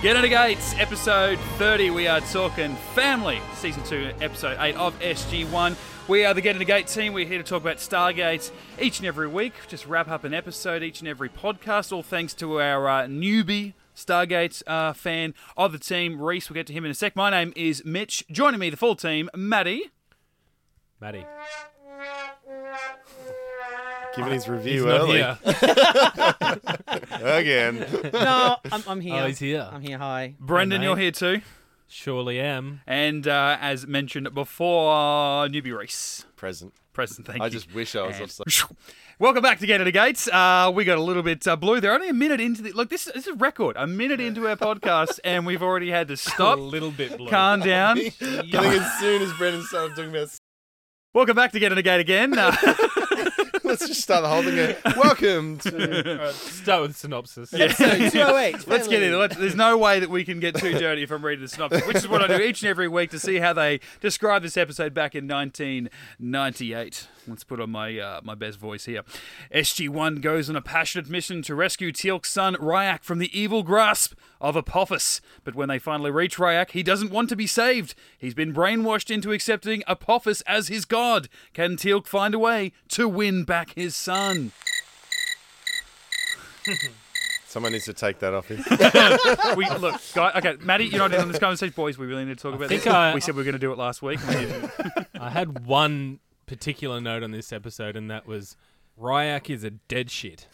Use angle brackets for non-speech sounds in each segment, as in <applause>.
G'day Gates, episode 30. We are talking family, season 2, episode 8 of SG1. We are the Get in the Gate team. We're here to talk about Stargates each and every week. Just wrap up an episode each and every podcast, all thanks to our uh, newbie Stargates uh, fan of the team, Reese. We'll get to him in a sec. My name is Mitch. Joining me, the full team, Maddie. Maddie. Giving his review early <laughs> again. No, I'm, I'm here. Oh, he's here. I'm here. Hi. Brendan, Hey, mate. you're here too. Surely am. And uh, as mentioned before, newbie Reese. <laughs> Present. Present, thank I you. just wish I was And- <laughs> offside. Welcome back to Get Out of Gates. Uh, we got a little bit uh, blue there. Only a minute into the look. This, this is a record. A minute into our podcast, and we've already had to <laughs> A stop, little bit blue. calm down. I think as soon as Brendan started talking about, s- Welcome back to Get Out of Gate again. Uh, <laughs> let's just start the whole thing. Again. <laughs> Welcome <laughs> to. Alright, start with synopsis. <laughs> Episode 208. let's get in. Let's, there's no way that we can get too dirty if I'm reading the synopsis, which is what I do each and every week to see how they describe this episode back in 1998. Let's put on my uh, my best voice here. SG-1 goes on a passionate mission to rescue Teal'c's son Ryak from the evil grasp of Apophis. But when they finally reach Ryak, he doesn't want to be saved. He's been brainwashed into accepting Apophis as his god. Can Teal'c find a way to win back his son? Someone needs to take that off him. we look, guy, okay, Maddie, you're not in on this conversation, boys. We really need to talk about think this. I- we said we were going to do it last week. and we didn't. I had one particular note on this episode, and that was Ryak is a dead shit.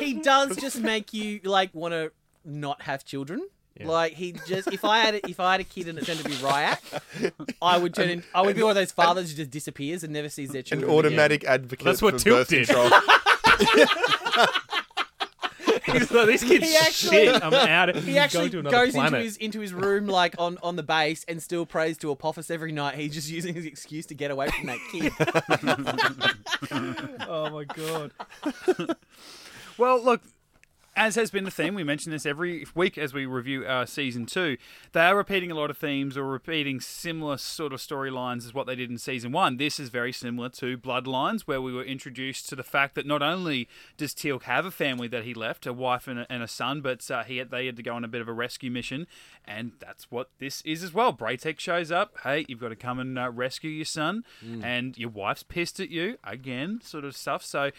He does just make you like want to not have children. Like he just if I had a, if I had a kid and it turned to be Ryak, I would turn in, I would be one of those fathers who just disappears and never sees <laughs> their An children. automatic advocate That's what for Tilt birth did. control. <laughs> He's like, this kid's He actually- shit. I'm out. He going actually to another goes planet. into his into his room like on, on the base and still prays to Apophis every night. He's just using his excuse to get away from that kid. Oh my god. well, look, as has been the theme, we mention this every week as we review uh, season two. They are repeating a lot of themes or repeating similar sort of storylines as what they did in season one. This is very similar to Bloodlines, where we were introduced to the fact that not only does Teal'c have a family that he left, a wife and a, and a son, but uh, he had, they had to go on a bit of a rescue mission, and that's what this is as well. Braytek shows up. Hey, you've got to come and uh, rescue your son, and your wife's pissed at you again, sort of stuff. So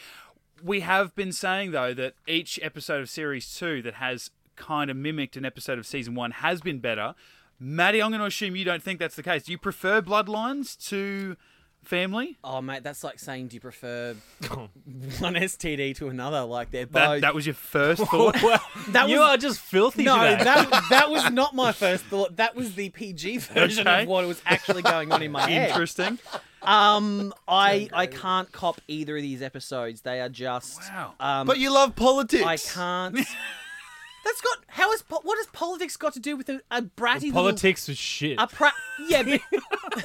we have been saying though that each episode of series two that has kind of mimicked an episode of season one has been better. Maddie, I'm going to assume you don't think that's the case. Do you prefer Bloodlines to Family? oh mate, that's like saying do you prefer one STD to another? Like they're That, both that was your first thought. <laughs> That you was- are just filthy No, today. <laughs> that that was not my first thought. That was the PG version Okay. of what was actually going on in my head. Interesting. Um, I I can't cop either of these episodes. They are just Wow. <laughs> Um, But you love politics. <laughs> I can't. That's got how is po- what has politics got to do with a, a bratty little- <laughs> Politics was shit. A pra- yeah, <laughs> but in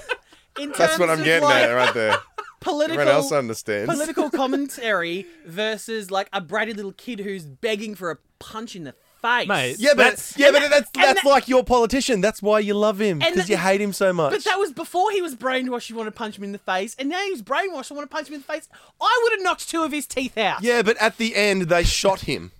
terms That's what I'm of getting like at right <laughs> there. political Everyone else understands. <laughs> political commentary versus like a bratty little kid who's begging for a punch in the face, Mate, yeah, but That's- yeah, but that's and that's that- like your politician. That's why you love him And because that- you hate him so much. But that was before he was brainwashed. You want to punch him in the face, and now he was brainwashed. I want to punch him in the face. I would have knocked two of his teeth out. yeah, but at the end they shot <laughs> him.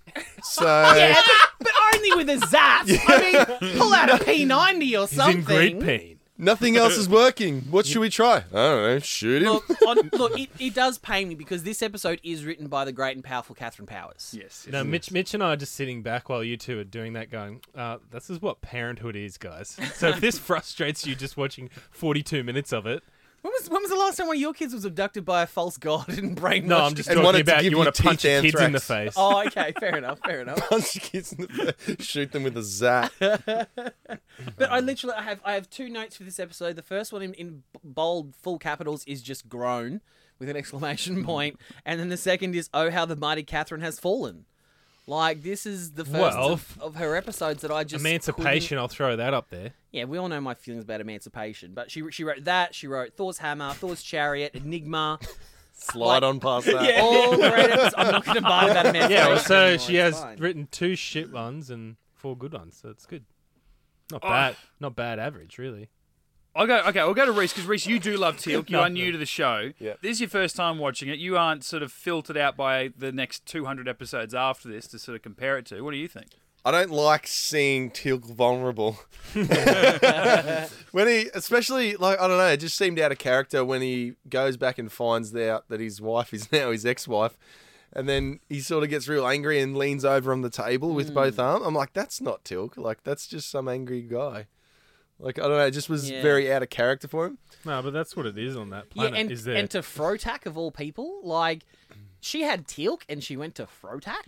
So Yeah, <laughs> but, but only with a zap. I mean, <laughs> pull out a P90 or He's something. in great pain. Nothing else is working. What should we try? I don't know. Shoot him. Look, on, look, it, it does pain me because this episode is written by the great and powerful Catherine Powers. yes. No, Mitch, Mitch and I are just sitting back while you two are doing that, going, uh, this is what parenthood is, guys. So if <laughs> this frustrates you just watching 42 minutes of it, When was when was the last time one of your kids was abducted by a false god and brainwashed? no, I'm just And talking wanted to about give you want you to punch teeth your kids in the anthrax. face. Oh, okay, fair enough, fair enough. Punch kids in the face. Shoot them with a zap. But I literally, I have, I have two notes for this episode. The first one in, in bold, full capitals is just groan with an exclamation Mm. point, and then the second is oh how the mighty Catherine has fallen. Like this is the first Well, of, of her episodes that I just couldn't- Emancipation, I'll throw that up there. Yeah, we all know my feelings about emancipation, but she she wrote that. She wrote Thor's hammer, Thor's chariot, Enigma. uh, <laughs> Slide on past that. All great episodes. I'm not going to buy that <laughs> emancipation. <laughs> Yeah, well, so anymore, she it's has fine. written two shit Oh. ones and four good ones, so it's good. Not bad. Not bad average, really. I'll go. Okay, I'll go to Reese because Reese, you do love <laughs> Teal. You are new to the show. Yeah. This is your first time watching it. You aren't sort of filtered out by the next 200 episodes after this to sort of compare it to. What do you think? I don't like seeing Teal vulnerable. when he, especially like I don't know, it just seemed out of character when he goes back and finds out that his wife is now his ex-wife, and then he sort of gets real angry and leans over on the table with both arms. I'm like, that's not Tilk. Like that's just some angry guy. Like I don't know, it just was Yeah. very out of character for him. No, but that's what it is on that planet. yeah, and, is there? and to Frotak of all people, like she had Teal'c and she went to <laughs> Frotak.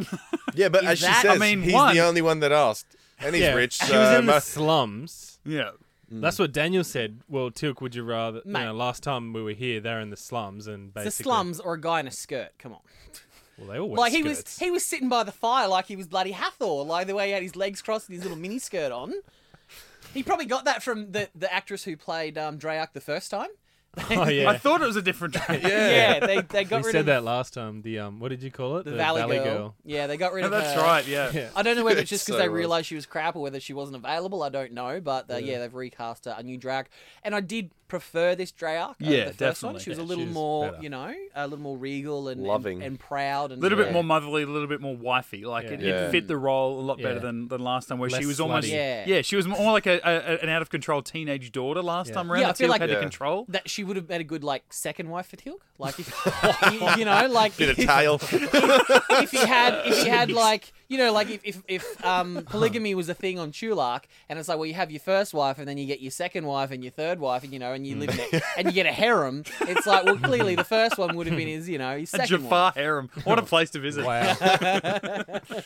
Yeah, but Is as that- she I says, mean, he's one- the only one that asked, and he's yeah, rich. uh, Mm. He so was in the must- slums. Yeah. That's what Daniel said. Well, Tilk, would you rather? You Mate. know, last time we were here, they're in the slums, and the basically, slums or a guy in a skirt. Come on, Well, they all wear like he was skirts. he was sitting by the fire like he was bloody Hathor, like the way he had his legs crossed and his little mini skirt on. He probably got that from the the actress who played um, Dreyarch the first time. <laughs> Oh yeah. I thought it was a different. <laughs> <laughs> Yeah, they they <laughs> got we rid said of that last time. The um, what did you call it? the Valley, girl. Yeah, they got rid Yeah, of Oh, that's her. right. Yeah. Yeah. I don't know whether it's just because So they was. realised she was crap or whether she wasn't available. I don't know, but uh, yeah. they've recast her, a new Drac, and I did prefer this Drac. over Yeah, the first one. definitely. She was Yeah, a little she was more, better. you know, a little more regal and and- Loving. and, proud, and A little yeah. bit more motherly, a little bit more wifey. Like it, Yeah. it fit the role a lot better Yeah. than, than last time, where Less she was almost slutty. Yeah. she was more like a, a an out of control teenage daughter last Yeah. time around. Yeah, I that feel Teal'c like- had Yeah. the control. That she would have been a good like second wife for Tilk, like if, you, you know, like <laughs> bit of if- tail. if he had if he had like you know like if if, if um, polygamy was a thing on Tulark and it's like well you have your first wife and then you get your second wife and your third wife and you know and you <laughs> live in it and you get a harem it's like well clearly the first one would have been his you know his A second Jafar wife harem. <laughs> What a place to visit. Wow. <laughs>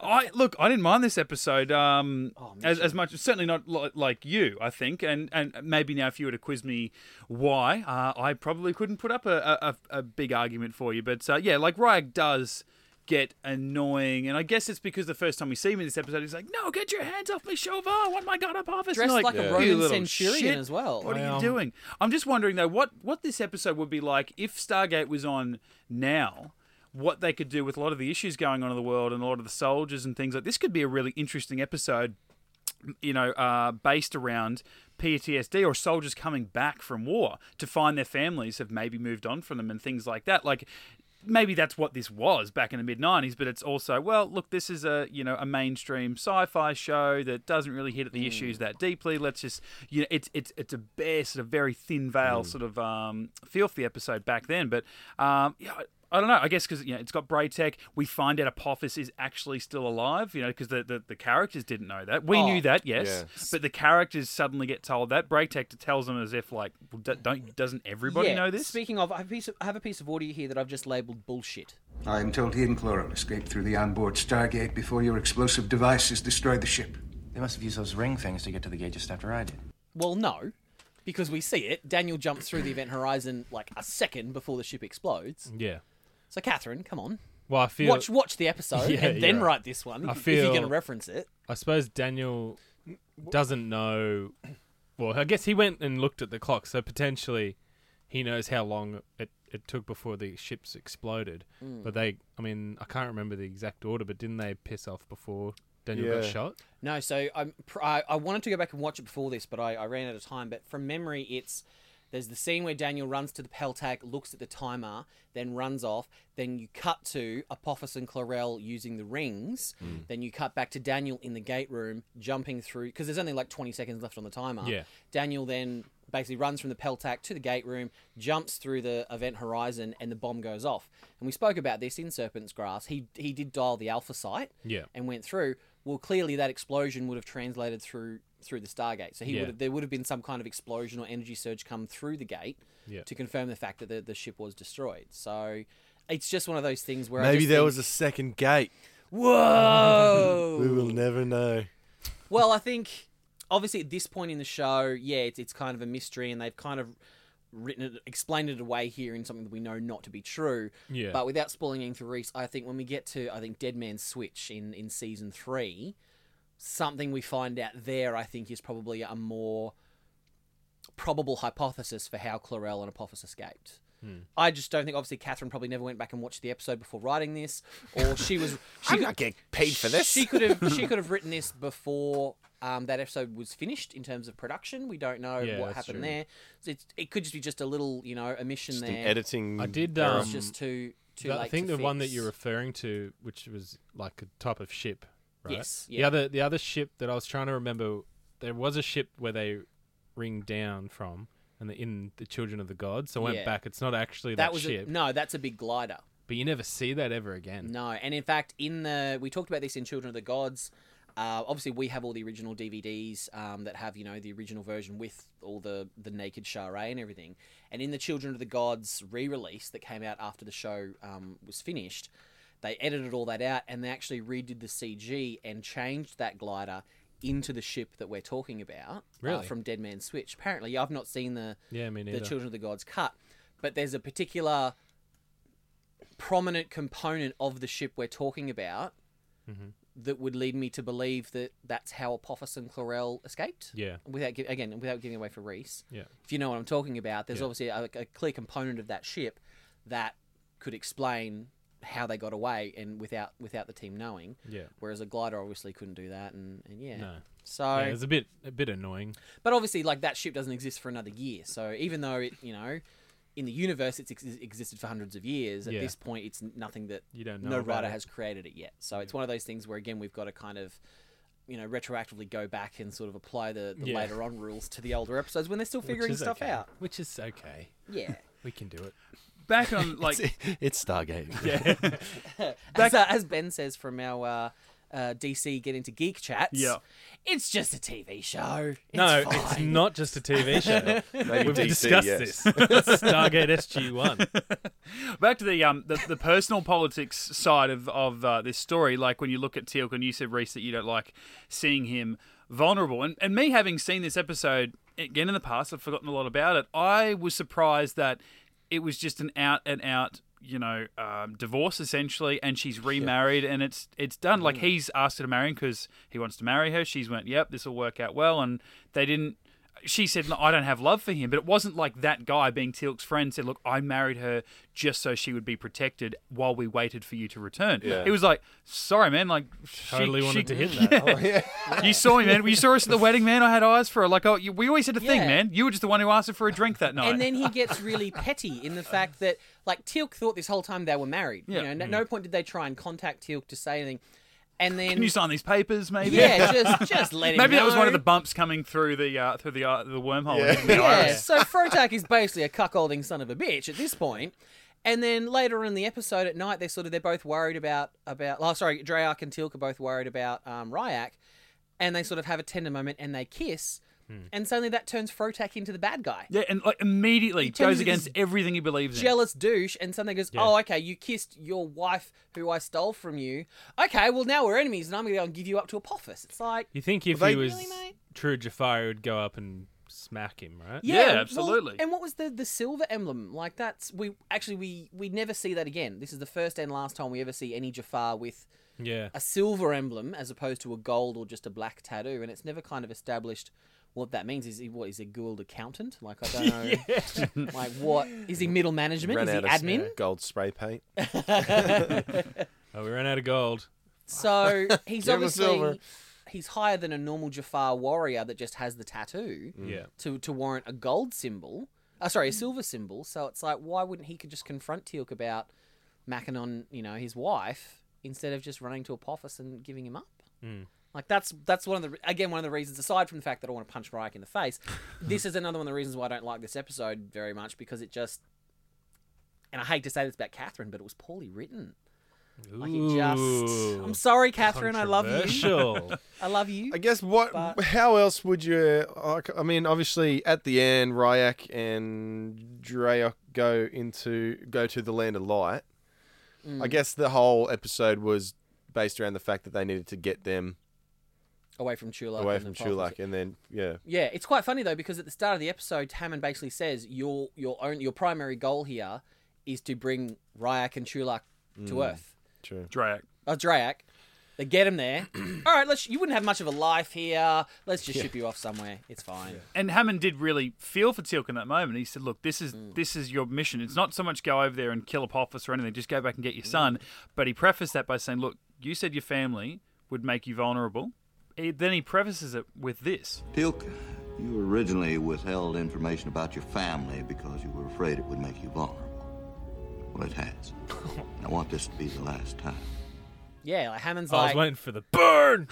I look, I didn't mind this episode um, Oh, me as, as much. Certainly not li- like you, I think. And and maybe now, if you were to quiz me why, uh, I probably couldn't put up a, a, a a big argument for you. But uh, yeah, like Ryag does get annoying, and I guess it's because the first time we see him in this episode, he's like, "No, get your hands off me, Shova! What my god, I'm harvesting!" dressed like, a "You Roman little centurion shit. as well What are Um, you doing? I'm just wondering though, what what this episode would be like if Stargate was on now. What they could do with a lot of the issues going on in the world and a lot of the soldiers and things like this could be a really interesting episode, you know, uh, based around PTSD or soldiers coming back from war to find their families have maybe moved on from them and things like that. Like maybe that's what this was back in the mid 90s but it's also well look this is a you know a mainstream sci-fi show that doesn't really hit at the issues that deeply let's just you know it's it's it's a bare sort of very thin veil sort of um feel for the episode back then but um yeah I- I don't know. I guess because you know it's got Braytech. We find out Apophis is actually still alive. You know because the, the, the characters didn't know that. We Oh. knew that, yes, Yeah. but the characters suddenly get told that. Braytech tells them as if like, well, d- don't doesn't everybody yeah. know this? speaking of I have, a piece of I have a piece of audio here that I've just labeled bullshit I am told he and Chloro escaped through the onboard Stargate before your explosive devices destroyed the ship. They must have used those ring things to get to the gate just after I did. well no because we see it Daniel jumps through the event horizon like a second before the ship explodes yeah. so Catherine come on Well, I feel. watch watch the <laughs> episode Yeah, and then yeah. write this one I if you're feel- going to reference it. I suppose Daniel doesn't know. Well, I guess he went and looked at the clock, so potentially he knows how long it, it took before the ships exploded. Hmm. But they, I mean, I can't remember the exact order, but didn't they piss off before Daniel got Yeah. shot? No, so I'm pr- I, I wanted to go back and watch it before this, but I, I ran out of time. But from memory, it's there's the scene where Daniel runs to the Peltag, looks at the timer, then runs off. Then you cut to Apophis and Chlorel using the rings. Then you cut back to Daniel in the gate room jumping through because there's only like 20 seconds left on the timer. Yeah. Daniel then basically runs from the Peltac to the gate room, jumps through the event horizon, and the bomb goes off. And we spoke about this in Serpent's Grass. He he did dial the alpha site Yeah. and went through. Well, clearly that explosion would have translated through through the Stargate. So he Yeah. would have, there would have been some kind of explosion or energy surge come through the gate Yeah. to confirm the fact that the, the ship was destroyed. So it's just one of those things where I Maybe just there think, was a second gate. whoa. <laughs> We will never know. Well, I think obviously at this point in the show, yeah, it's, it's kind of a mystery, and they've kind of written it, explained it away here in something that we know not to be true. Yeah. But without spoiling anything for Reese, I think when we get to I think Dead Man's Switch in in season three, something we find out there, I think, is probably a more probable hypothesis for how Chlorel and Apophis escaped. I just don't think. Obviously, Catherine probably never went back and watched the episode before writing this, or she was. She I'm not getting paid for <laughs> this. she could have she could have written this before Um, that episode was finished in terms of production. We don't know Yeah, what that's happened true. there. So it's, it could just be just a little, you know, omission Just an there. editing. I did. It Um, was just too too that- late. I think to the one that fix. you're referring to, which was like a type of ship, right? Yes, The yeah. other the other ship that I was trying to remember, there was a ship where they ring down from, and the, in the Children of the Gods. So I went Yeah. back. It's not actually that, that was ship, A, no, that's a big glider. but you never see that ever again. No, and in fact, in the we talked about this in Children of the Gods. Uh, obviously, we have all the original DVDs um, that have you know the original version with all the the naked Sharae and everything. And in the Children of the Gods re-release that came out after the show um, was finished, they edited all that out and they actually redid the CG and changed that glider into the ship that we're talking about uh, Really? from Dead Man's Switch. Apparently, I've not seen the Yeah, me the neither. Children of the Gods cut, but there's a particular prominent component of the ship we're talking about Mm-hmm. that would lead me to believe that that's how Apophis and Chlorel escaped. Yeah. Without gi- again, without giving away for Reese. Yeah. If you know what I'm talking about, there's obviously a, a clear component of that ship that could explain how they got away and without without the team knowing. Yeah. Whereas a glider obviously couldn't do that, and, and yeah. No. So Yeah, it was a bit a bit annoying. but obviously, like that ship doesn't exist for another year. So even though it, you know, in the universe it's ex- existed for hundreds of years, at Yeah. this point it's nothing that You don't know no about writer it. has created it yet. So it's one of those things where again we've got to kind of, you know, retroactively go back and sort of apply the, the Yeah. later on rules to the older episodes when they're still which figuring is stuff okay. out. which is okay. <laughs> Yeah, We can do it. Back on like it's Stargate. as, uh, as Ben says from our. Uh, uh, DC get into geek chats. Yeah. it's just a TV show. It's no, fine. it's not just a <laughs> TV show. Maybe We've DC, discussed yes. this. Stargate SG <laughs> One. back to the um the, the personal politics side of of uh, this story. Like when you look at Teal'c, and you said Reese that you don't like seeing him vulnerable, and and me having seen this episode again in the past, I've forgotten a lot about it. I was surprised that it was just an out and out you know um, divorce essentially and she's remarried and it's it's done like he's asked her to marry him because he wants to marry her she's went yep this will work out well and they didn't she said, no, I don't have love for him. But it wasn't like that guy being Teal'c's friend said, look, I married her just so she would be protected while we waited for you to return. It was like, sorry, man. Like, she, Totally she- wanted to <laughs> hit <laughs> that. You saw me, man. You saw us at the wedding, man. I had eyes for her. Like, oh, you, we always had a thing, Yeah. man. You were just the one who asked her for a drink that night. And then he gets really petty in the fact that, like, Teal'c thought this whole time they were married. Yeah. Mm. You know, at no point did they try and contact Teal'c to say anything. And then, Can you sign these papers, maybe? <laughs> yeah, just just let him. Maybe that was one of the know. bumps coming through the uh, through the uh, the wormhole. Yeah. The <laughs> Yeah, iris. so Frotak is basically a cuckolding son of a bitch at this point. And then later in the episode at night, they're sort of they're both worried about about. Oh, sorry, Dreyarch and Teal'c are both worried about um, Ryak, and they sort of have a tender moment and they kiss, Hmm. and suddenly that turns Frotak into the bad guy. Yeah, and like immediately turns goes into this against everything he believes in. jealous douche and something goes, Oh, okay, you kissed your wife who I stole from you. Okay, well now we're enemies and I'm gonna go and give you up to Apophis. It's like You think if Well, he they- was Really, mate? true Jafar, he would go up and smack him, right? Yeah, well, absolutely. and what was the the silver emblem? Like that's we actually we we never see that again. This is the first and last time we ever see any Jafar with Yeah. a silver emblem as opposed to a gold or just a black tattoo, and it's never kind of established what that means. Is he what is he a Gould accountant? Like I <laughs> don't know. like what is he middle management? Is he admin? uh, gold spray paint. Oh, we ran out of gold. So he's Give him the silver. obviously he's higher than a normal Jafar warrior that just has the tattoo Mm. Yeah. to to warrant a gold symbol. Uh, sorry, a silver symbol. So it's like, why wouldn't he could just confront Teal'c about Mackinon, you know, his wife, instead of just running to Apophis and giving him up? Like that's that's one of the re- again one of the reasons. Aside from the fact that I want to punch Ryak in the face, <laughs> this is another one of the reasons why I don't like this episode very much because it just. And I hate to say this about Catherine, but it was poorly written. Like it just. I'm sorry, Catherine. I love you. <laughs> Controversial. I love you. I guess <laughs> what? But- how else would you? I c- I mean, obviously, at the end, Ryak and Dreyok go into go to the land of light. I guess the whole episode was based around the fact that they needed to get them Away from Chulak. away and from the Apophis. Chulak, and then yeah, Yeah, it's quite funny though because at the start of the episode, Hammond basically says your your own your primary goal here is to bring Ryak and Chulak to Earth. true. Drake. Oh, Drayak. They get him there. All right, let's. You wouldn't have much of a life here. Let's just ship you off somewhere. It's fine. and Hammond did really feel for Teal'c in that moment. He said, "Look, this is Mm. this is your mission. It's not so much go over there and kill Apophis or anything. Just go back and Mm. get your son." But he prefaced that by saying, "Look, you said your family would make you vulnerable. he, then he prefaces it with this. Pilka, you originally withheld information about your family because you were afraid it would make you vulnerable. Well, it has. I want this to be the last time. Yeah, like Hammond's Oh, I was like waiting for the burn.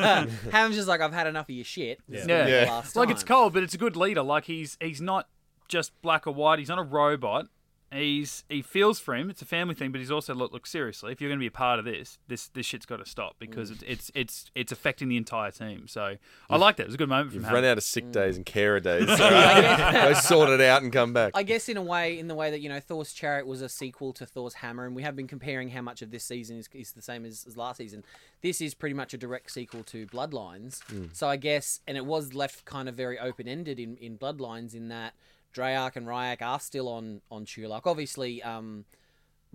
Hammond's just like I've had enough of your shit. This is gonna be Yeah. the last Like it's time." cold, but it's a good leader. Like he's he's not just black or white. He's not a robot. He's he feels for him. It's a family thing, but he's also look look seriously. If you're going to be a part of this, this this shit's got to stop because Mm. it's it's it's it's affecting the entire team. So I like that. It was a good moment from You've him. run out of Mm. sick days and carer <laughs> days. So go sort it out and come back. I guess in a way, in the way that you know, Thor's chariot was a sequel to Thor's hammer, and we have been comparing how much of this season is, is the same as, as last season. This is pretty much a direct sequel to Bloodlines, so I guess, and it was left kind of very open ended in, in Bloodlines in that Dreyarch and Ryak are still on on Tulak. Obviously, um,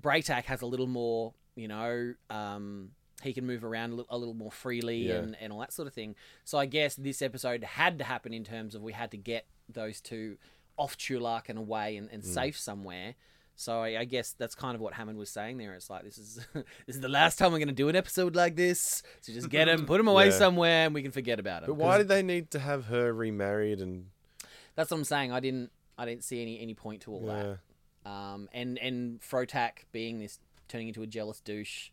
Braytak has a little more, you know, um, he can move around a little, a little more freely Yeah. and, and all that sort of thing. So I guess this episode had to happen in terms of we had to get those two off Tulak and away and, Mm. and safe somewhere. So I, I guess that's kind of what Hammond was saying there. It's like this is <laughs> this is the last time we're going to do an episode like this. So just <laughs> get him, put him away Yeah. somewhere, and we can forget about But him. why did they need to have her remarried and That's what I'm saying. I didn't I didn't see any any point to all that. yeah, um, and and Frotak being this turning into a jealous douche,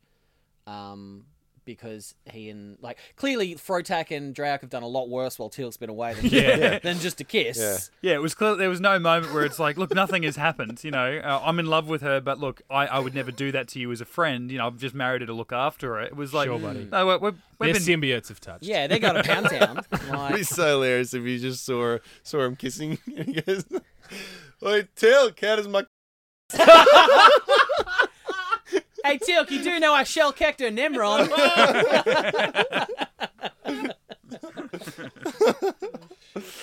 um, because he and like clearly Frotak and Drac have done a lot worse while Teal's been away than, than just a kiss. Yeah. Yeah, it was clear. There was no moment where it's like, look, nothing has happened. You know, uh, I'm in love with her, but look, I, I would never do that to you as a friend. You know, I've just married her to look after her. It was like, Sure, buddy. no, we're, we're, Their we've been symbiotes have touched. Yeah, they got a <laughs> pound town. It'd be Like, so hilarious if you just saw saw him kissing. <laughs> And he goes, "Oi, tell cat is my." <laughs> hey Teal, you do know I shell cacked her <laughs> Nemron. <laughs>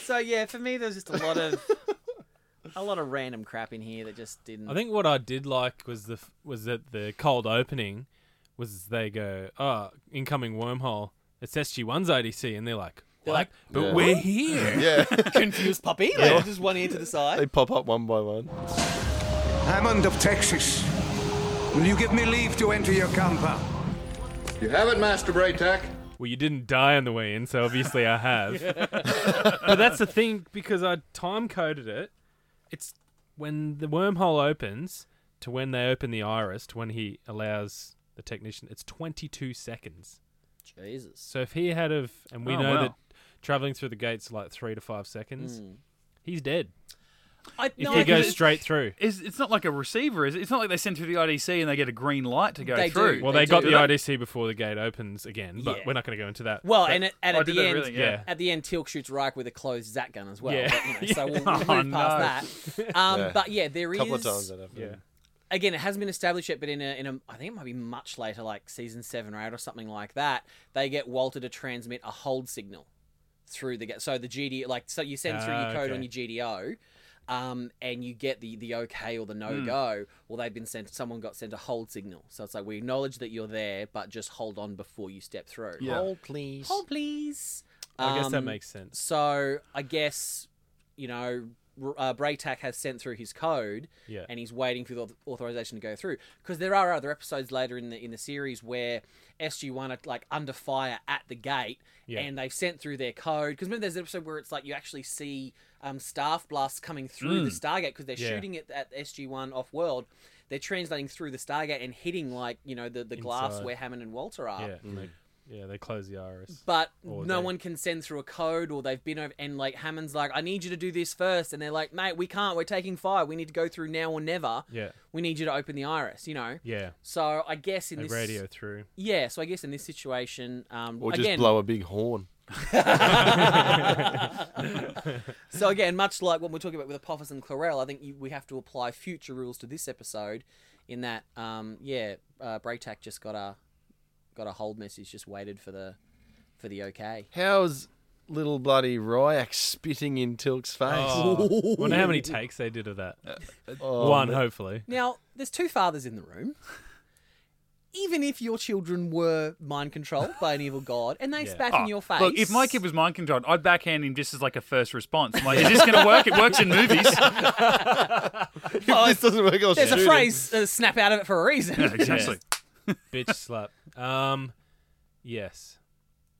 so yeah, for me, there's just a lot of a lot of random crap in here that just didn't. I think what I did like was the f- was that the cold opening was they go, oh, incoming wormhole. It's SG1's ODC, and they're like, what? like, but Yeah. we're here. <laughs> Yeah, confused puppy. Like, Just one ear to the side. they pop up one by one. Hammond of Texas, will you give me leave to enter your camper? You have it, Master Braytak. Well, you didn't die on the way in, so obviously I have. but that's the thing because I time coded it. It's when the wormhole opens to when they open the iris to when he allows the technician. It's 22 seconds. Jesus. So if he had of, and we Oh, know wow. that traveling through the gates like three to five seconds, he's dead. I, If no, he I- goes it's- straight through. Is it's not like a receiver, is it? It's not like they send through the IDC and they get a green light to go They do. through. Well, They they, do got the that. IDC before the gate opens again, but Yeah. we're not going to go into that. Well, But- and at, and Oh, at did the they end, really? yeah. at the end, Teal'c shoots Ryke with a closed Zat gun as well. Yeah. but, you <laughs> know, so we'll, we'll move Oh, past that. Um, Yeah. But yeah, there A is couple of times that happened. yeah. again, it hasn't been established yet, but in a, in a, I think it might be much later, like season seven or eight or something like that. They get Walter to transmit a hold signal through the ga- so the GD like so you send through your Ah, code on okay. your GDO, um, and you get the the okay or the no Hmm. go. Well, they've been sent. Someone got sent a hold signal, so it's like we acknowledge that you're there, but just hold on before you step through. Yeah. Hold please. Hold please. I guess that Um, makes sense. so I guess you know R- uh, Braytak has sent through his code, Yeah. and he's waiting for the auth- authorization to go through. Because there are other episodes later in the in the series where SG One are like under fire at the gate, Yeah. and they've sent through their code. Because remember, there's an episode where it's like you actually see um, staff blasts coming through the Stargate because they're Mm. Yeah. shooting at, at SG One off world. They're translating through the Stargate and hitting like you know the, the glass Inside. where Hammond and Walter are. Yeah, Mm. and they, yeah, they close the iris. But Or no they- one can send through a code, or they've been over. And like Hammond's like, I need you to do this first. And they're like, mate, we can't. We're taking fire. We need to go through now or never. Yeah. We need you to open the iris, you know? yeah, So I guess in they this. radio through. Yeah, so I guess in this situation. Um, Or just again, blow a big horn. So again, much like when we're talking about with Apophis and Clarel, I think you, we have to apply future rules to this episode in that, um, yeah, uh, Braytak just got a got a hold message, just waited for the for the okay. How's little bloody Ryak spitting in Tilk's face? Oh, wonder how many takes they did of that. Uh, <laughs> oh, One, hopefully. Now, there's two fathers in the room. Even if your children were mind controlled by an evil god and they spat in your face. Ah, Oh, Look, if my kid was mind controlled, I'd backhand him just as like a first response. I'm like, is this going to work? It works in <laughs> movies. <laughs> If this doesn't work, I'll There's shoot a him. phrase, uh, snap out of <laughs> it for a reason. exactly. Bitch slap. Um, yes.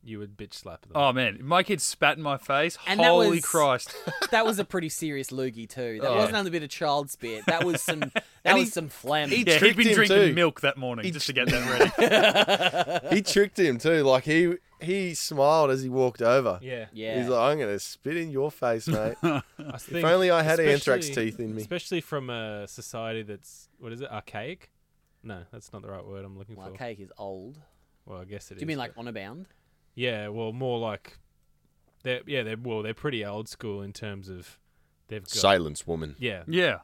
you would bitch slap them. Oh man, my kid spat in my face. And that Holy was- <laughs> Christ! That was a pretty serious loogie too. Oh. That wasn't only a bit of child spit. That <laughs> was some. That And he- was some phlegm. he- Yeah, he'd tricked been him drinking too. milk that morning just to get that <laughs> ready. He tricked him too. Like he he smiled as he walked over. yeah. yeah. He's like, I'm gonna spit in your face, mate. I think if only I had anthrax especially- teeth in me. Especially from a society that's what is it? Archaic? No, that's not the right word I'm looking well, for. cake is old. Well, I guess it is. Do you mean but- like honor bound? Yeah, well, more like they're yeah they're well they're pretty old school in terms of they've got <laughs> Silence, woman. yeah Yeah,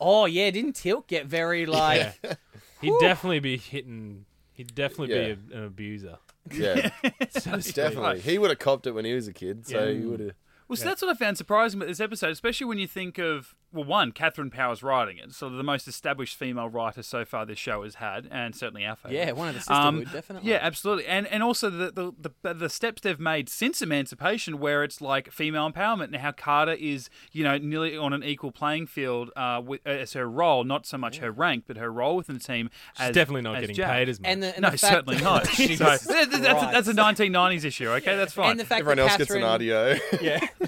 Oh yeah, didn't Tilt get very like? yeah. <laughs> he'd definitely be hitting. He'd definitely be a, an abuser. Yeah, so to speak. definitely. He would have copped it when he was a kid, so he would have. Well, so that's what I found surprising about this episode, especially when you think of well, one, Catherine Powers writing it, sort of the most established female writer so far this show has had, and certainly our favorite. Yeah, one of the sisterhood, definitely. Um, Yeah, absolutely, and and also the the, the the steps they've made since Emancipation, where it's like female empowerment and how Carter is you know nearly on an equal playing field uh, with, as her role, not so much her rank, but her role within the team. As, She's definitely not as getting Jack. paid as much. And the, and no, the fact certainly not. So, <laughs> Jesus that's, that's, a, Christ. that's a 1990s issue. Okay, that's fine. And the fact Everyone that else Catherine, gets an audio.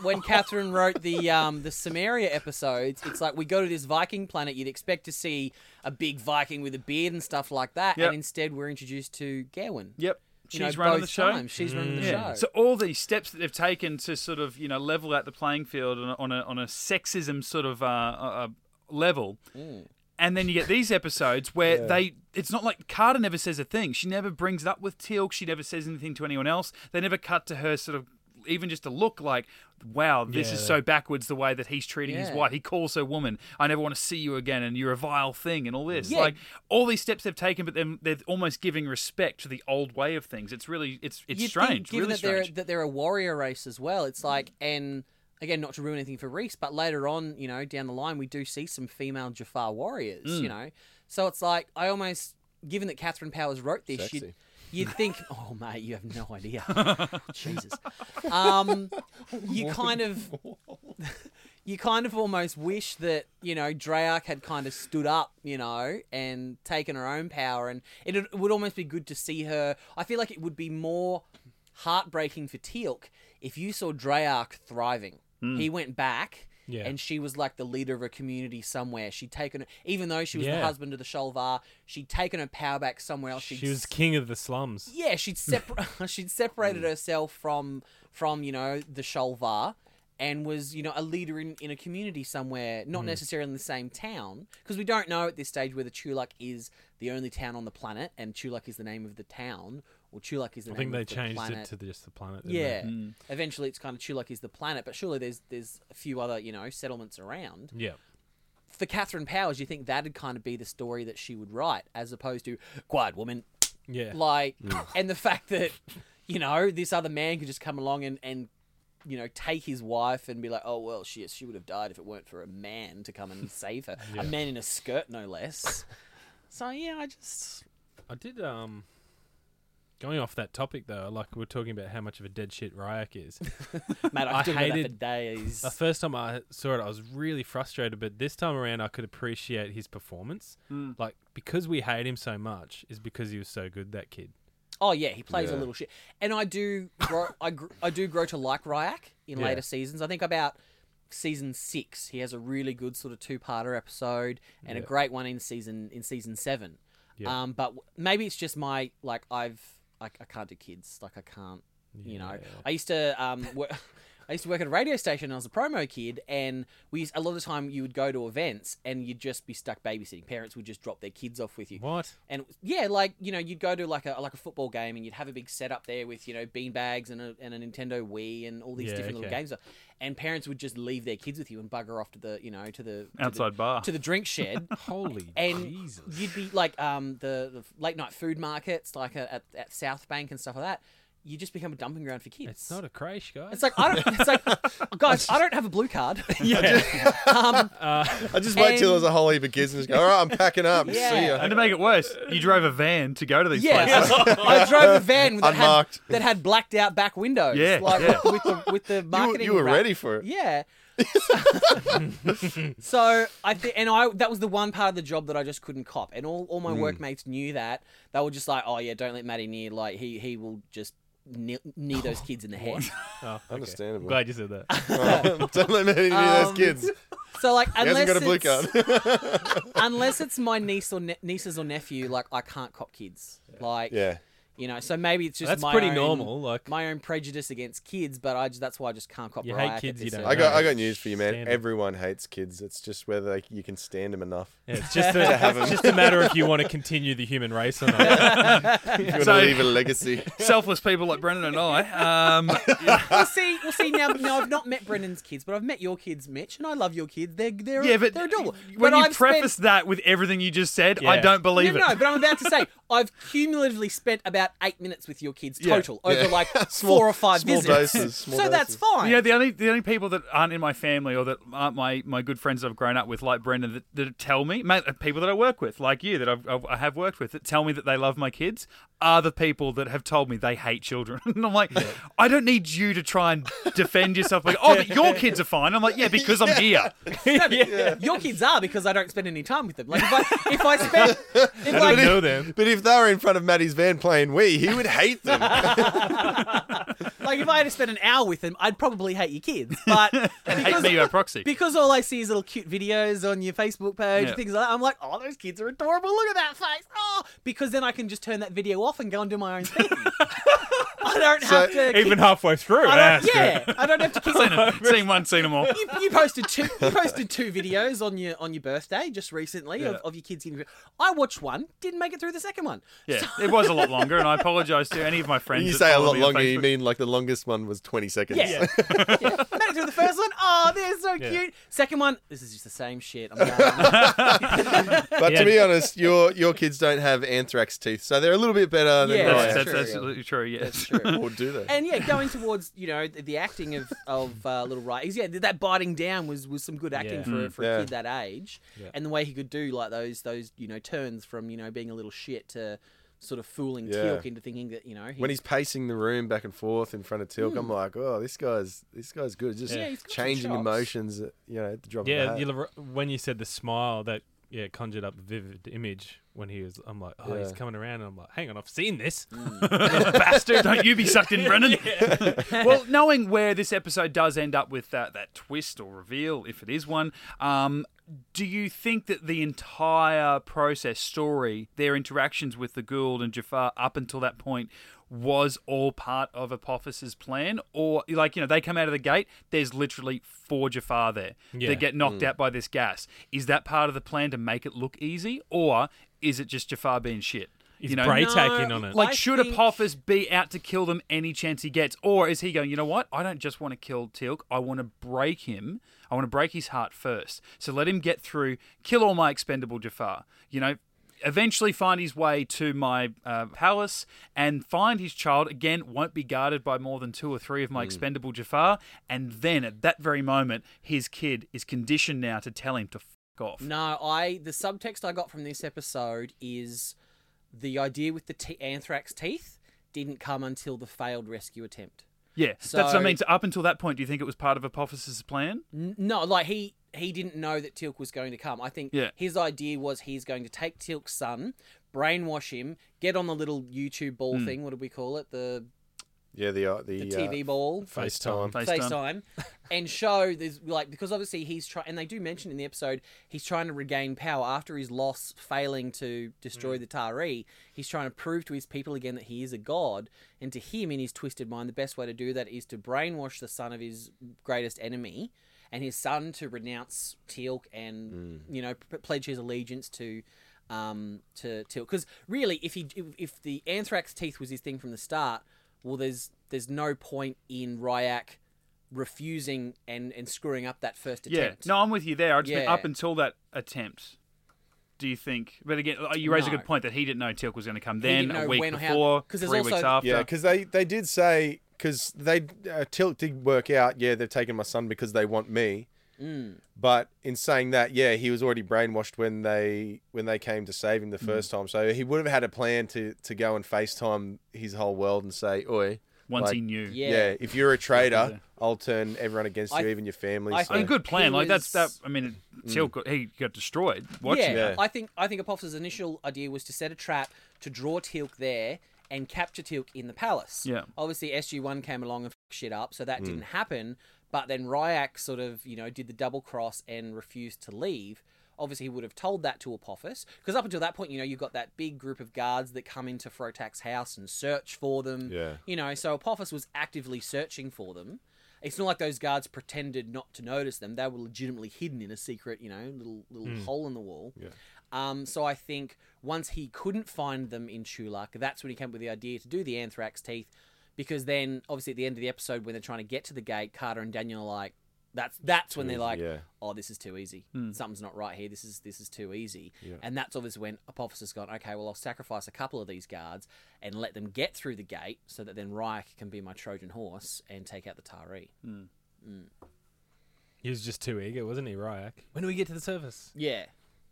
when Catherine wrote the um, the Samaria episodes, it's like we go to this Viking planet. You'd expect to see a big Viking with a beard and stuff like that, Yep. and instead we're introduced to Gawain. yep, You she's know, running the both show. times. She's running the Yeah. show. So all these steps that they've taken to sort of you know level out the playing field on a, on a, on a sexism sort of uh, uh, level. Mm. And then you get these episodes where they, it's not like Carter never says a thing. She never brings it up with Teal'c. She never says anything to anyone else. They never cut to her sort of, even just a look like, wow, this is Yeah. so backwards the way that he's treating his Yeah. wife. He calls her woman. I never want to see you again. And you're a vile thing and all this. Yeah. Like all these steps they've taken, but then they're almost giving respect to the old way of things. It's really, it's, it's You'd strange. Think, given really that strange. they're that they're a warrior race as well, it's like and again not to ruin anything for Reese, but later on, you know, down the line, we do see some female Jafar warriors. Mm. You know, so it's like I almost given that Catherine Powers wrote this, Sexy. you'd, you'd think, <laughs> oh mate, you have no idea, <laughs> Jesus. Um, you kind of. <laughs> You kind of almost wish that you know Dreyarch had kind of stood up, you know, and taken her own power, and it, it would almost be good to see her. I feel like it would be more heartbreaking for Teal'c if you saw Dreyarch thriving. He went back, Hmm. Yeah. and she was like the leader of a community somewhere. She'd taken, even though she was the Yeah. husband of the Sholvar, she'd taken her power back somewhere else. She'd she was king of the slums. yeah, she'd separ- <laughs> she'd separated herself from from you know the Sholvar and was you know a leader in, in a community somewhere, not Hmm. necessarily in the same town, because we don't know at this stage whether Chulak is the only town on the planet and Chulak is the name of the town or Chulak is the I name think they of the changed planet. it to just the planet. didn't yeah, they? eventually it's kind of Chulak is the planet, but surely there's there's a few other you know settlements around yeah. for Catherine Powers. You think that'd kind of be the story that she would write, as opposed to quiet woman, Yeah. like <laughs> and the fact that you know this other man could just come along and and you know take his wife and be like oh well she she would have died if it weren't for a man to come and save her a man in a skirt no <laughs> less so yeah i <laughs> just I did. Um, going off that topic though, like we we're talking about how much of a dead shit Ryak is. mate i, I could hated that for hated- days <laughs> the first time I saw it, I was really frustrated, but this time around, I could appreciate his performance. Like because we hate him so much, is because he was so good. That kid. oh yeah he plays a little shit and i do grow, I, gr- I do grow to like ryak in Yeah. later seasons i think about season six he has a really good sort of two-parter episode and a great one in season in season seven Yeah. Um, but w- maybe it's just my like I've I, I can't do kids like I can't you know I used to um <laughs> work, I used to work at a radio station and I was a promo kid and we used, a lot of the time you would go to events and you'd just be stuck babysitting parents would just drop their kids off with you What? and it was- yeah, like you know, you'd go to like a like a football game, and you'd have a big setup there with you know beanbags and a and a Nintendo Wii and all these Yeah, different little okay. games, and parents would just leave their kids with you and bugger off to the you know to the to the- Outside bar. to the <laughs> drink shed, Holy and Jesus! you'd be like um the, the late night food markets like uh, at at South Bank and stuff like that. You just become a dumping ground for kids. It's not a crash, guys. It's like I don't. It's <laughs> like guys, I don't have a blue card. yeah. <laughs> I just wait till there's And- a whole heap of kids and just go, all right, I'm packing up. See Yeah. ya. And to make it worse, you drove a van to go to these <laughs> Yeah, <laughs> places. I drove a van that had, Unmarked. that had blacked out back windows. Yeah, like yeah. with the with You, the marketing. you were wrap. ready for <laughs> it. Yeah. so I th- and I that was the one part of the job that I just couldn't cop, Mm. and all, all my workmates knew that. They were just like, "Oh yeah, don't let Matty near. Like he he will just knee, knee those kids in the head. Oh, okay. Understandable. Glad you said <laughs> that. <laughs> Don't let me any of those Um, kids. <laughs> So like, He unless hasn't got a blue it's, card. <laughs> <laughs> unless it's my niece or ne- nieces or nephew, like I can't cop kids. Like, yeah. you know. So maybe it's just That's my pretty own- normal. Like, My own prejudice against kids, but I just, that's why I just can't cop. You hate Mariah kids, at you this don't age. I got, know. I got news for you, man. Stand 'em. Everyone hates kids. It's just whether like, you can stand them enough. yeah, it's <laughs> just a, it's just a matter if you want to continue the human race <laughs> or not. You want to So- leave a <laughs> legacy. <laughs> Selfless people like Brendan and I. Um, yeah, We'll see. We'll see. Now, now I've not met Brendan's kids, but I've met your kids, Mitch, and I love your kids. They're they're yeah, but they're adorable. when but you I've preface spent, that with everything you just said, I Yeah. don't believe it. no, no, but I'm about to say I've cumulatively spent about eight minutes with your kids Yeah. total over <laughs> Yeah. like Small- four or five small visits. doses, small so doses. that's fine. Yeah, the only the only people that aren't in my family or that aren't my, my good friends that I've grown up with, like Brendan, that, that tell me, mate, uh, people that I work with, like you, that I've, I've, I have worked with, that tell me that they love my kids, are the people that have told me they hate children. <laughs> and I'm like, I don't need you to try and defend yourself. Like, oh, but your kids are fine. I'm like, yeah, because <laughs> I'm here. No, but Your kids are because I don't spend any time with them. Like if I if <laughs> I spend if I don't like know them. But if they were in front of Maddie's van playing Wii, he would hate them. <laughs> like if I had to spend an hour with them, I'd probably hate your kids. But <laughs> Hate because, me by proxy. because all I see is little cute videos on your Facebook page, Yeah. things like that. I'm like, oh, those kids are adorable. Look at that face. Oh, because then I can just turn that video off and go and do my own thing. <laughs> I don't have to. Even halfway through. I that's don't, good. yeah, I <laughs> don't have to keep. <laughs> Seen one, seen <laughs> them all. You, you posted two. You posted two videos on your on your birthday just recently of, Yeah. of your kids getting. I watched one, didn't make it through the second one. Yeah, it was a lot longer, and I apologise to any of my friends. you that say a follow lot me on longer, you Facebook. mean like the longest one was 20 seconds. Yeah. <laughs> yeah. Made it through the first one. Oh, they're so cute. Second one, this is just the same shit. <laughs> I'm done. But Yeah. to be honest, your your kids don't have anthrax teeth, so they're a little bit better than Yeah, That's, mine. yeah. that's True, absolutely true. Yes. That's true. Or do they? And yeah, going towards you know the, the acting of of uh, little Riley's, yeah, th- that biting down was was some good acting Yeah. for a- for a Mm. Yeah. kid that age, and the way he could do like those those you know turns from you know being a little shit to sort of fooling Yeah. Teal'c into thinking that you know he, when he's pacing the room back and forth in front of Tilk, I'm like, oh, this guy's this guy's good. Just Hmm. Yeah, he's got some changing chops. emotions, you know, at the drop Yeah, of a you, hat. lo- when you said the smile, that yeah conjured up a vivid image when he was. I'm like, oh, he's Yeah. coming around, and I'm like, hang on, I've seen this. <laughs> bastard. Don't you be sucked in, Brennan. well, knowing where this episode does end up with that, that twist or reveal, if it is one, um, do you think that the entire process, story, their interactions with the Gould and Jafar up until that point was all part of Apophis's plan? Or, like, you know, they come out of the gate, there's literally four Jafar there. Yeah. They get knocked Hmm. out by this gas. Is that part of the plan to make it look easy? Or is it just Jafar being shit? Is Bray taking on it? Like, I should think- Apophis be out to kill them any chance he gets? Or is he going, you know what? I don't just want to kill Tilk. I want to break him. I want to break his heart first. So let him get through, kill all my expendable Jafar. You know, eventually find his way to my uh, palace and find his child. Again, won't be guarded by more than two or three Hmm. of my expendable Jafar. And then at that very moment, his kid is conditioned now to tell him to f off. No, I the subtext I got from this episode is the idea with the te- anthrax teeth didn't come until the failed rescue attempt. Yeah, that's what I So- mean. So up until that point, do you think it was part of Apophis's plan? N- No, like he he didn't know that Tilk was going to come. I think Yeah. his idea was he's going to take Tilk's son, brainwash him, get on the little YouTube ball thing. What do we call it? The Yeah, the uh, Hmm. the, the uh, TV ball. FaceTime. FaceTime, and show this like because obviously he's trying, and they do mention in the episode he's trying to regain power after his loss, failing to destroy the Tari. He's trying to prove to his people again that he is a god, and to him in his twisted mind, the best way to do that is to brainwash the son of his greatest enemy, and his son to renounce Teal'c and you know p- pledge his allegiance to. Um, to Teal'c because really, if he if, if the anthrax teeth was his thing from the start, well, there's there's no point in Ryak refusing and and screwing up that first Yeah, attempt. no, I'm with you there. I just mean Yeah. up until that attempt. Do you think? But again, uh, you raise a No. good point that he didn't know Tilk was going to come didn't then, a know week when or how- before, 'cause there's three weeks also- after. Yeah, because they they did say because they uh, Tilt did work out. Yeah, they've taken my son because they want me. Mm. But in saying that, yeah, he was already brainwashed when they when they came to save Mm. him the first time. So he would have had a plan to to go and FaceTime his whole world and say, "Oi." once like, he knew. Yeah. Yeah. if you're a traitor, I'll turn everyone against you, I- even your family. I so- I mean, good plan. He like that's that. was- Mm. I mean, Tilk got- he got destroyed watching yeah, that. that. I think I think Apophis's initial idea was to set a trap to draw Teal'c there and capture Tilk in the palace. Yeah. Obviously, SG1 came along and f- shit up, so that didn't happen. But then Ryak sort of, you know, did the double cross and refused to leave. Obviously, he would have told that to Apophis, because up until that point, you know, you've got that big group of guards that come into Frotac's house and search for them. Yeah. You know, so Apophis was actively searching for them. It's not like those guards pretended not to notice them. They were legitimately hidden in a secret, you know, little little hole in the wall. Yeah. Um, so I think once he couldn't find them in Chulak, that's when he came up with the idea to do the anthrax teeth, because then obviously at the end of the episode when they're trying to get to the gate, Carter and Daniel are like, that's that's when they're like, yeah. oh, this is too easy. Something's not right here. This is this is too easy. And that's obviously when Apophis has gone. Okay, well I'll sacrifice a couple of these guards and let them get through the gate, so that then Ryak can be my Trojan horse and take out the Tari. He was just too eager, wasn't he, Ryak? When do we get to the surface? Yeah.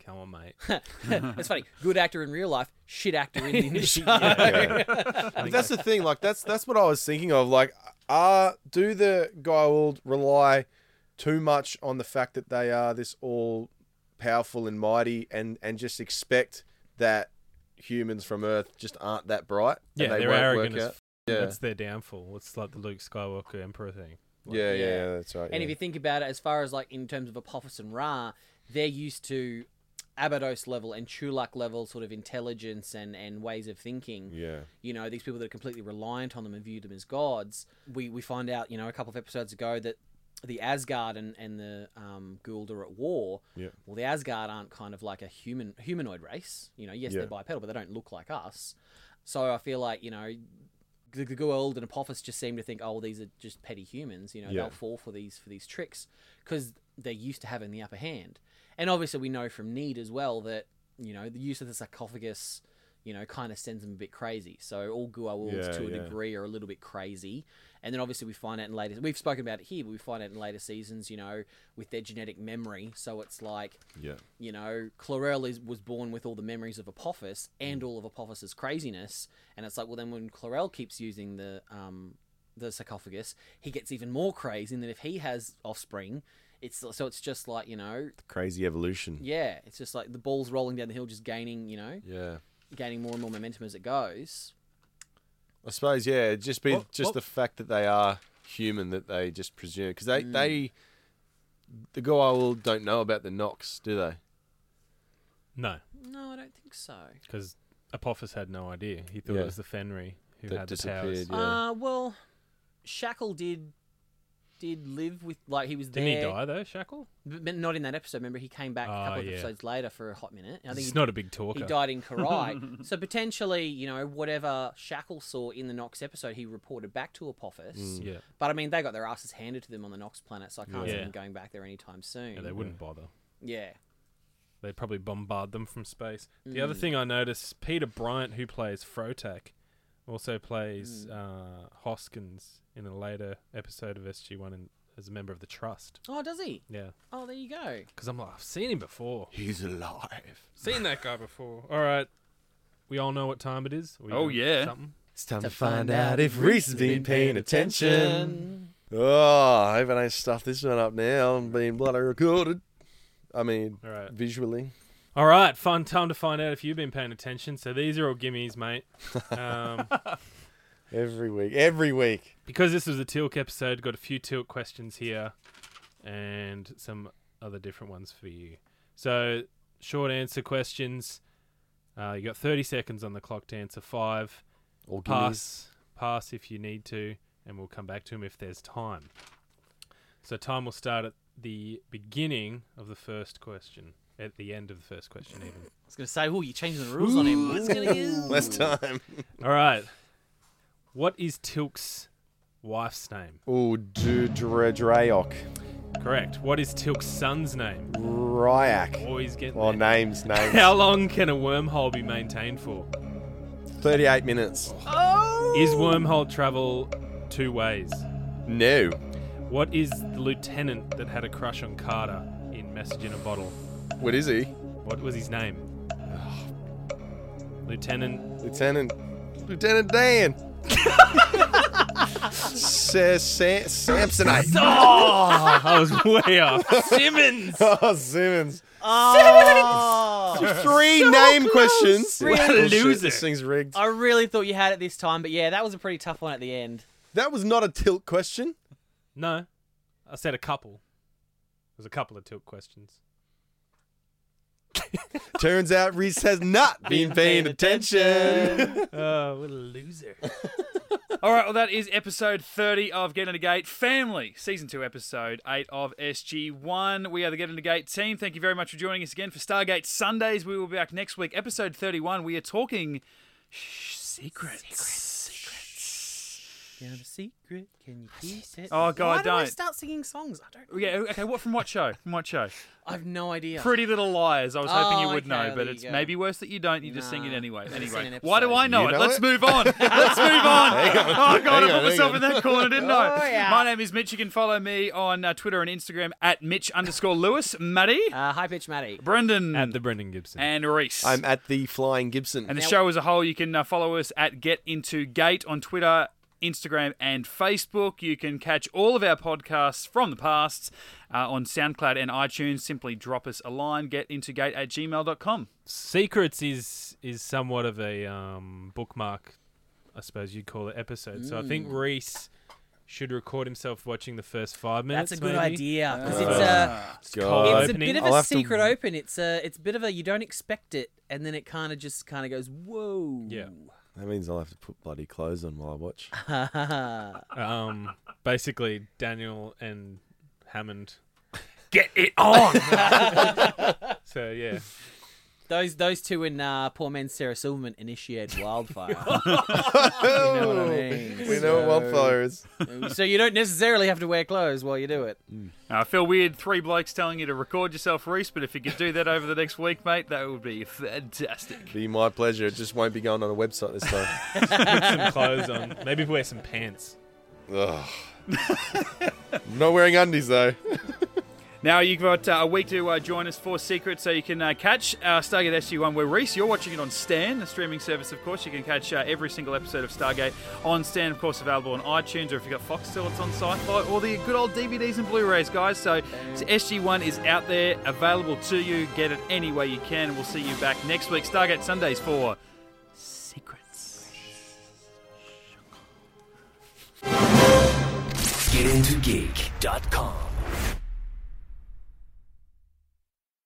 Come on, mate. it's funny. Good actor in real life, shit actor in the show. But that's the thing. Like that's that's what I was thinking of. Like, are do the Gaiwald rely too much on the fact that they are this all powerful and mighty, and and just expect that humans from Earth just aren't that bright? Yeah, and they they're won't arrogant work as out? f- Yeah. That's their downfall. It's like the Luke Skywalker Emperor thing. yeah, yeah, Yeah. yeah, that's right. And yeah. if you think about it, as far as like in terms of Apophis and Ra, they're used to Abydos level and Chulak level sort of intelligence and, and ways of thinking. Yeah. You know, these people that are completely reliant on them and view them as gods. We, we find out, you know, a couple of episodes ago that the Asgard and, and the um, Gould are at war. Yeah. Well, the Asgard aren't kind of like a human humanoid race. You know, yes, Yeah. they're bipedal, but they don't look like us. So I feel like, you know, the the Goa'uld and Apophis just seem to think, oh, well, these are just petty humans. You know, Yeah. they'll fall for these for these tricks because they're used to having the upper hand. And obviously, we know from Need as well that you know the use of the sarcophagus, you know, kind of sends them a bit crazy. So all Goa'ulds Yeah, to a yeah. degree are a little bit crazy. And then obviously we find out in later we've spoken about it here, but we find out in later seasons, you know, with their genetic memory. So it's like yeah, you know, Chlorel is, was born with all the memories of Apophis and all of Apophis's craziness, and it's like, well, then when Chlorel keeps using the um, the sarcophagus, he gets even more crazy. And then if he has offspring, it's so it's just like you know, crazy evolution. yeah, it's just like the ball's rolling down the hill, just gaining, you know, Yeah. gaining more and more momentum as it goes. I suppose, yeah, it'd just be Well- just well- the fact that they are human that they just presume because they they the Goa'uld don't know about the Nox, do they? No, No, I don't think so. because Apophis had no idea. He thought Yeah. it was the Fenry who had That the powers. disappeared, yeah. Uh, well, Shackle did did live with like he was Didn't there. he die though, Shackle? But but not in that episode. Remember, he came back a Ah, couple of yeah. episodes later for a hot minute. I think He's he, not a big he talker. died in Karai. <laughs> so potentially, you know, whatever Shackle saw in the Knox episode, he reported back to Apophis. Mm. Yeah. But I mean, they got their asses handed to them on the Knox planet, so I can't see Yeah. them going back there anytime soon. yeah, they Mm. wouldn't bother. Yeah. They probably bombard them from space. The Mm. other thing I noticed, Peter Bryant, who plays Frotak, also Mm. plays uh, Hoskins in a later episode of SG One and as a member of the Trust. Oh, does he? Yeah, Oh, there you go. because I'm like, I've seen him before. He's alive. Seen that guy before. All right. We all know what time it is. We Oh, doing yeah. Something. It's time To find out if Reese has been paying attention. Oh, I hope I don't stuff this one up now. I'm being bloody recorded. I mean, All right. visually. <laughs> All right. Fun time to find out if you've been paying attention. So these are all gimmies, mate. <laughs> Um, Every week. Every week. because this was a Tilk episode, got a few Tilk questions here and some other different ones for you. So, short answer questions. Uh, you got 30 seconds on the clock to answer five. Or guineas. Pass, pass if you need to, and we'll come back to them if there's time. So time will start at the beginning of the first question, at the end of the first question, even. I was going to say, oh, you're changing the rules on him. What's going to <laughs> do? Less time. All right. What is Tilk's wife's name? Ooh, Drayok. Correct. What is Tilk's son's name? Ryak. Always getting Well, there. names, How names. long can a wormhole be maintained for? 38 minutes. Is wormhole travel two ways? No. What is the lieutenant that had a crush on Carter in Message in a Bottle? What is he? What was his name? <sighs> Lieutenant. Lieutenant. Lieutenant Dan. Sa- Sa- Samsonite. Oh, I was way off. Simmons. <laughs> Oh, Simmons. Oh, Three name questions. Really? Well, shit, Loser. This thing's rigged. <laughs> I really thought you had it this time, but yeah, that was a pretty tough one at the end. That was not a tilt question. No, I said a couple. There's a couple of tilt questions. Turns out Reese has not been paying attention. Oh, what a loser. All right, well, that is episode 30 of Get in the Gate Family, season 2, episode 8 of SG1. We are the Get in the Gate team. Thank you very much for joining us again for Stargate Sundays. We will be back next week, episode 31. We are talking shh, secrets. Down a secret, can you keep it? Oh, God, Why do I don't. start singing songs? I don't. Yeah, okay, what from what show? From what show? I've no idea. Pretty Little Liars. I was hoping you Oh, would okay, know, well, but there it's you go. maybe worse that you don't. You just sing it Nah, anyway. I've never seen Anyway, an why do episode. I know You it? know Let's it? move on. Let's move on. Oh, God, I Hang on, put myself hang in that corner, didn't I? <laughs> Oh, yeah. My name is Mitch. You can follow me on uh, Twitter and Instagram at Mitch underscore Lewis. Maddie, Uh, high pitch, Maddie. Brendan, At the Brendan Gibson. and Reese. I'm at the Flying Gibson. And the Now- show as a whole, you can uh, follow us at Get Into Gate on Twitter, Instagram, and Facebook. You can catch all of our podcasts from the past uh, on SoundCloud and iTunes. Simply drop us a line, getintogate at gmail.com. Secrets is is somewhat of a um, bookmark, I suppose you'd call it episode. So I think Mm. Reese should record himself watching the first five minutes. That's a good maybe. idea because it's a God. it's a Uh, opening. bit of I'll a have to- secret open. It's a it's a bit of a you don't expect it, and then it kind of just kind of goes whoa. Yeah. That means I'll have to put bloody clothes on while I watch. Um, basically, Daniel and Hammond. Get it <laughs> on! So yeah, Those those two and uh, poor man Sarah Silverman initiate <laughs> wildfire. you know what I mean? <laughs> We know what wildfire is. So you don't necessarily have to wear clothes while you do it. I feel weird, three blokes telling you to record yourself, Reese, but if you could do that over the next week, mate, that would be fantastic. Be my pleasure. It just won't be going on a website this time. <laughs> some clothes <laughs> on. Maybe wear some pants. Ugh. I'm not wearing undies though. Now you've got uh, a week to uh, join us for Secret, so you can uh, catch uh, Stargate SG1. Where Reese, you're watching it on Stan, the streaming service, of course. You can catch uh, every single episode of Stargate on Stan, of course, available on iTunes, or if you've got Foxtel, it's on Sci-Fi, or the good old DVDs and Blu-rays, guys. So, so SG1 is out there, available to you. Get it any way you can. We'll see you back next week, Stargate Sundays for Secrets. GetIntoGeek.com.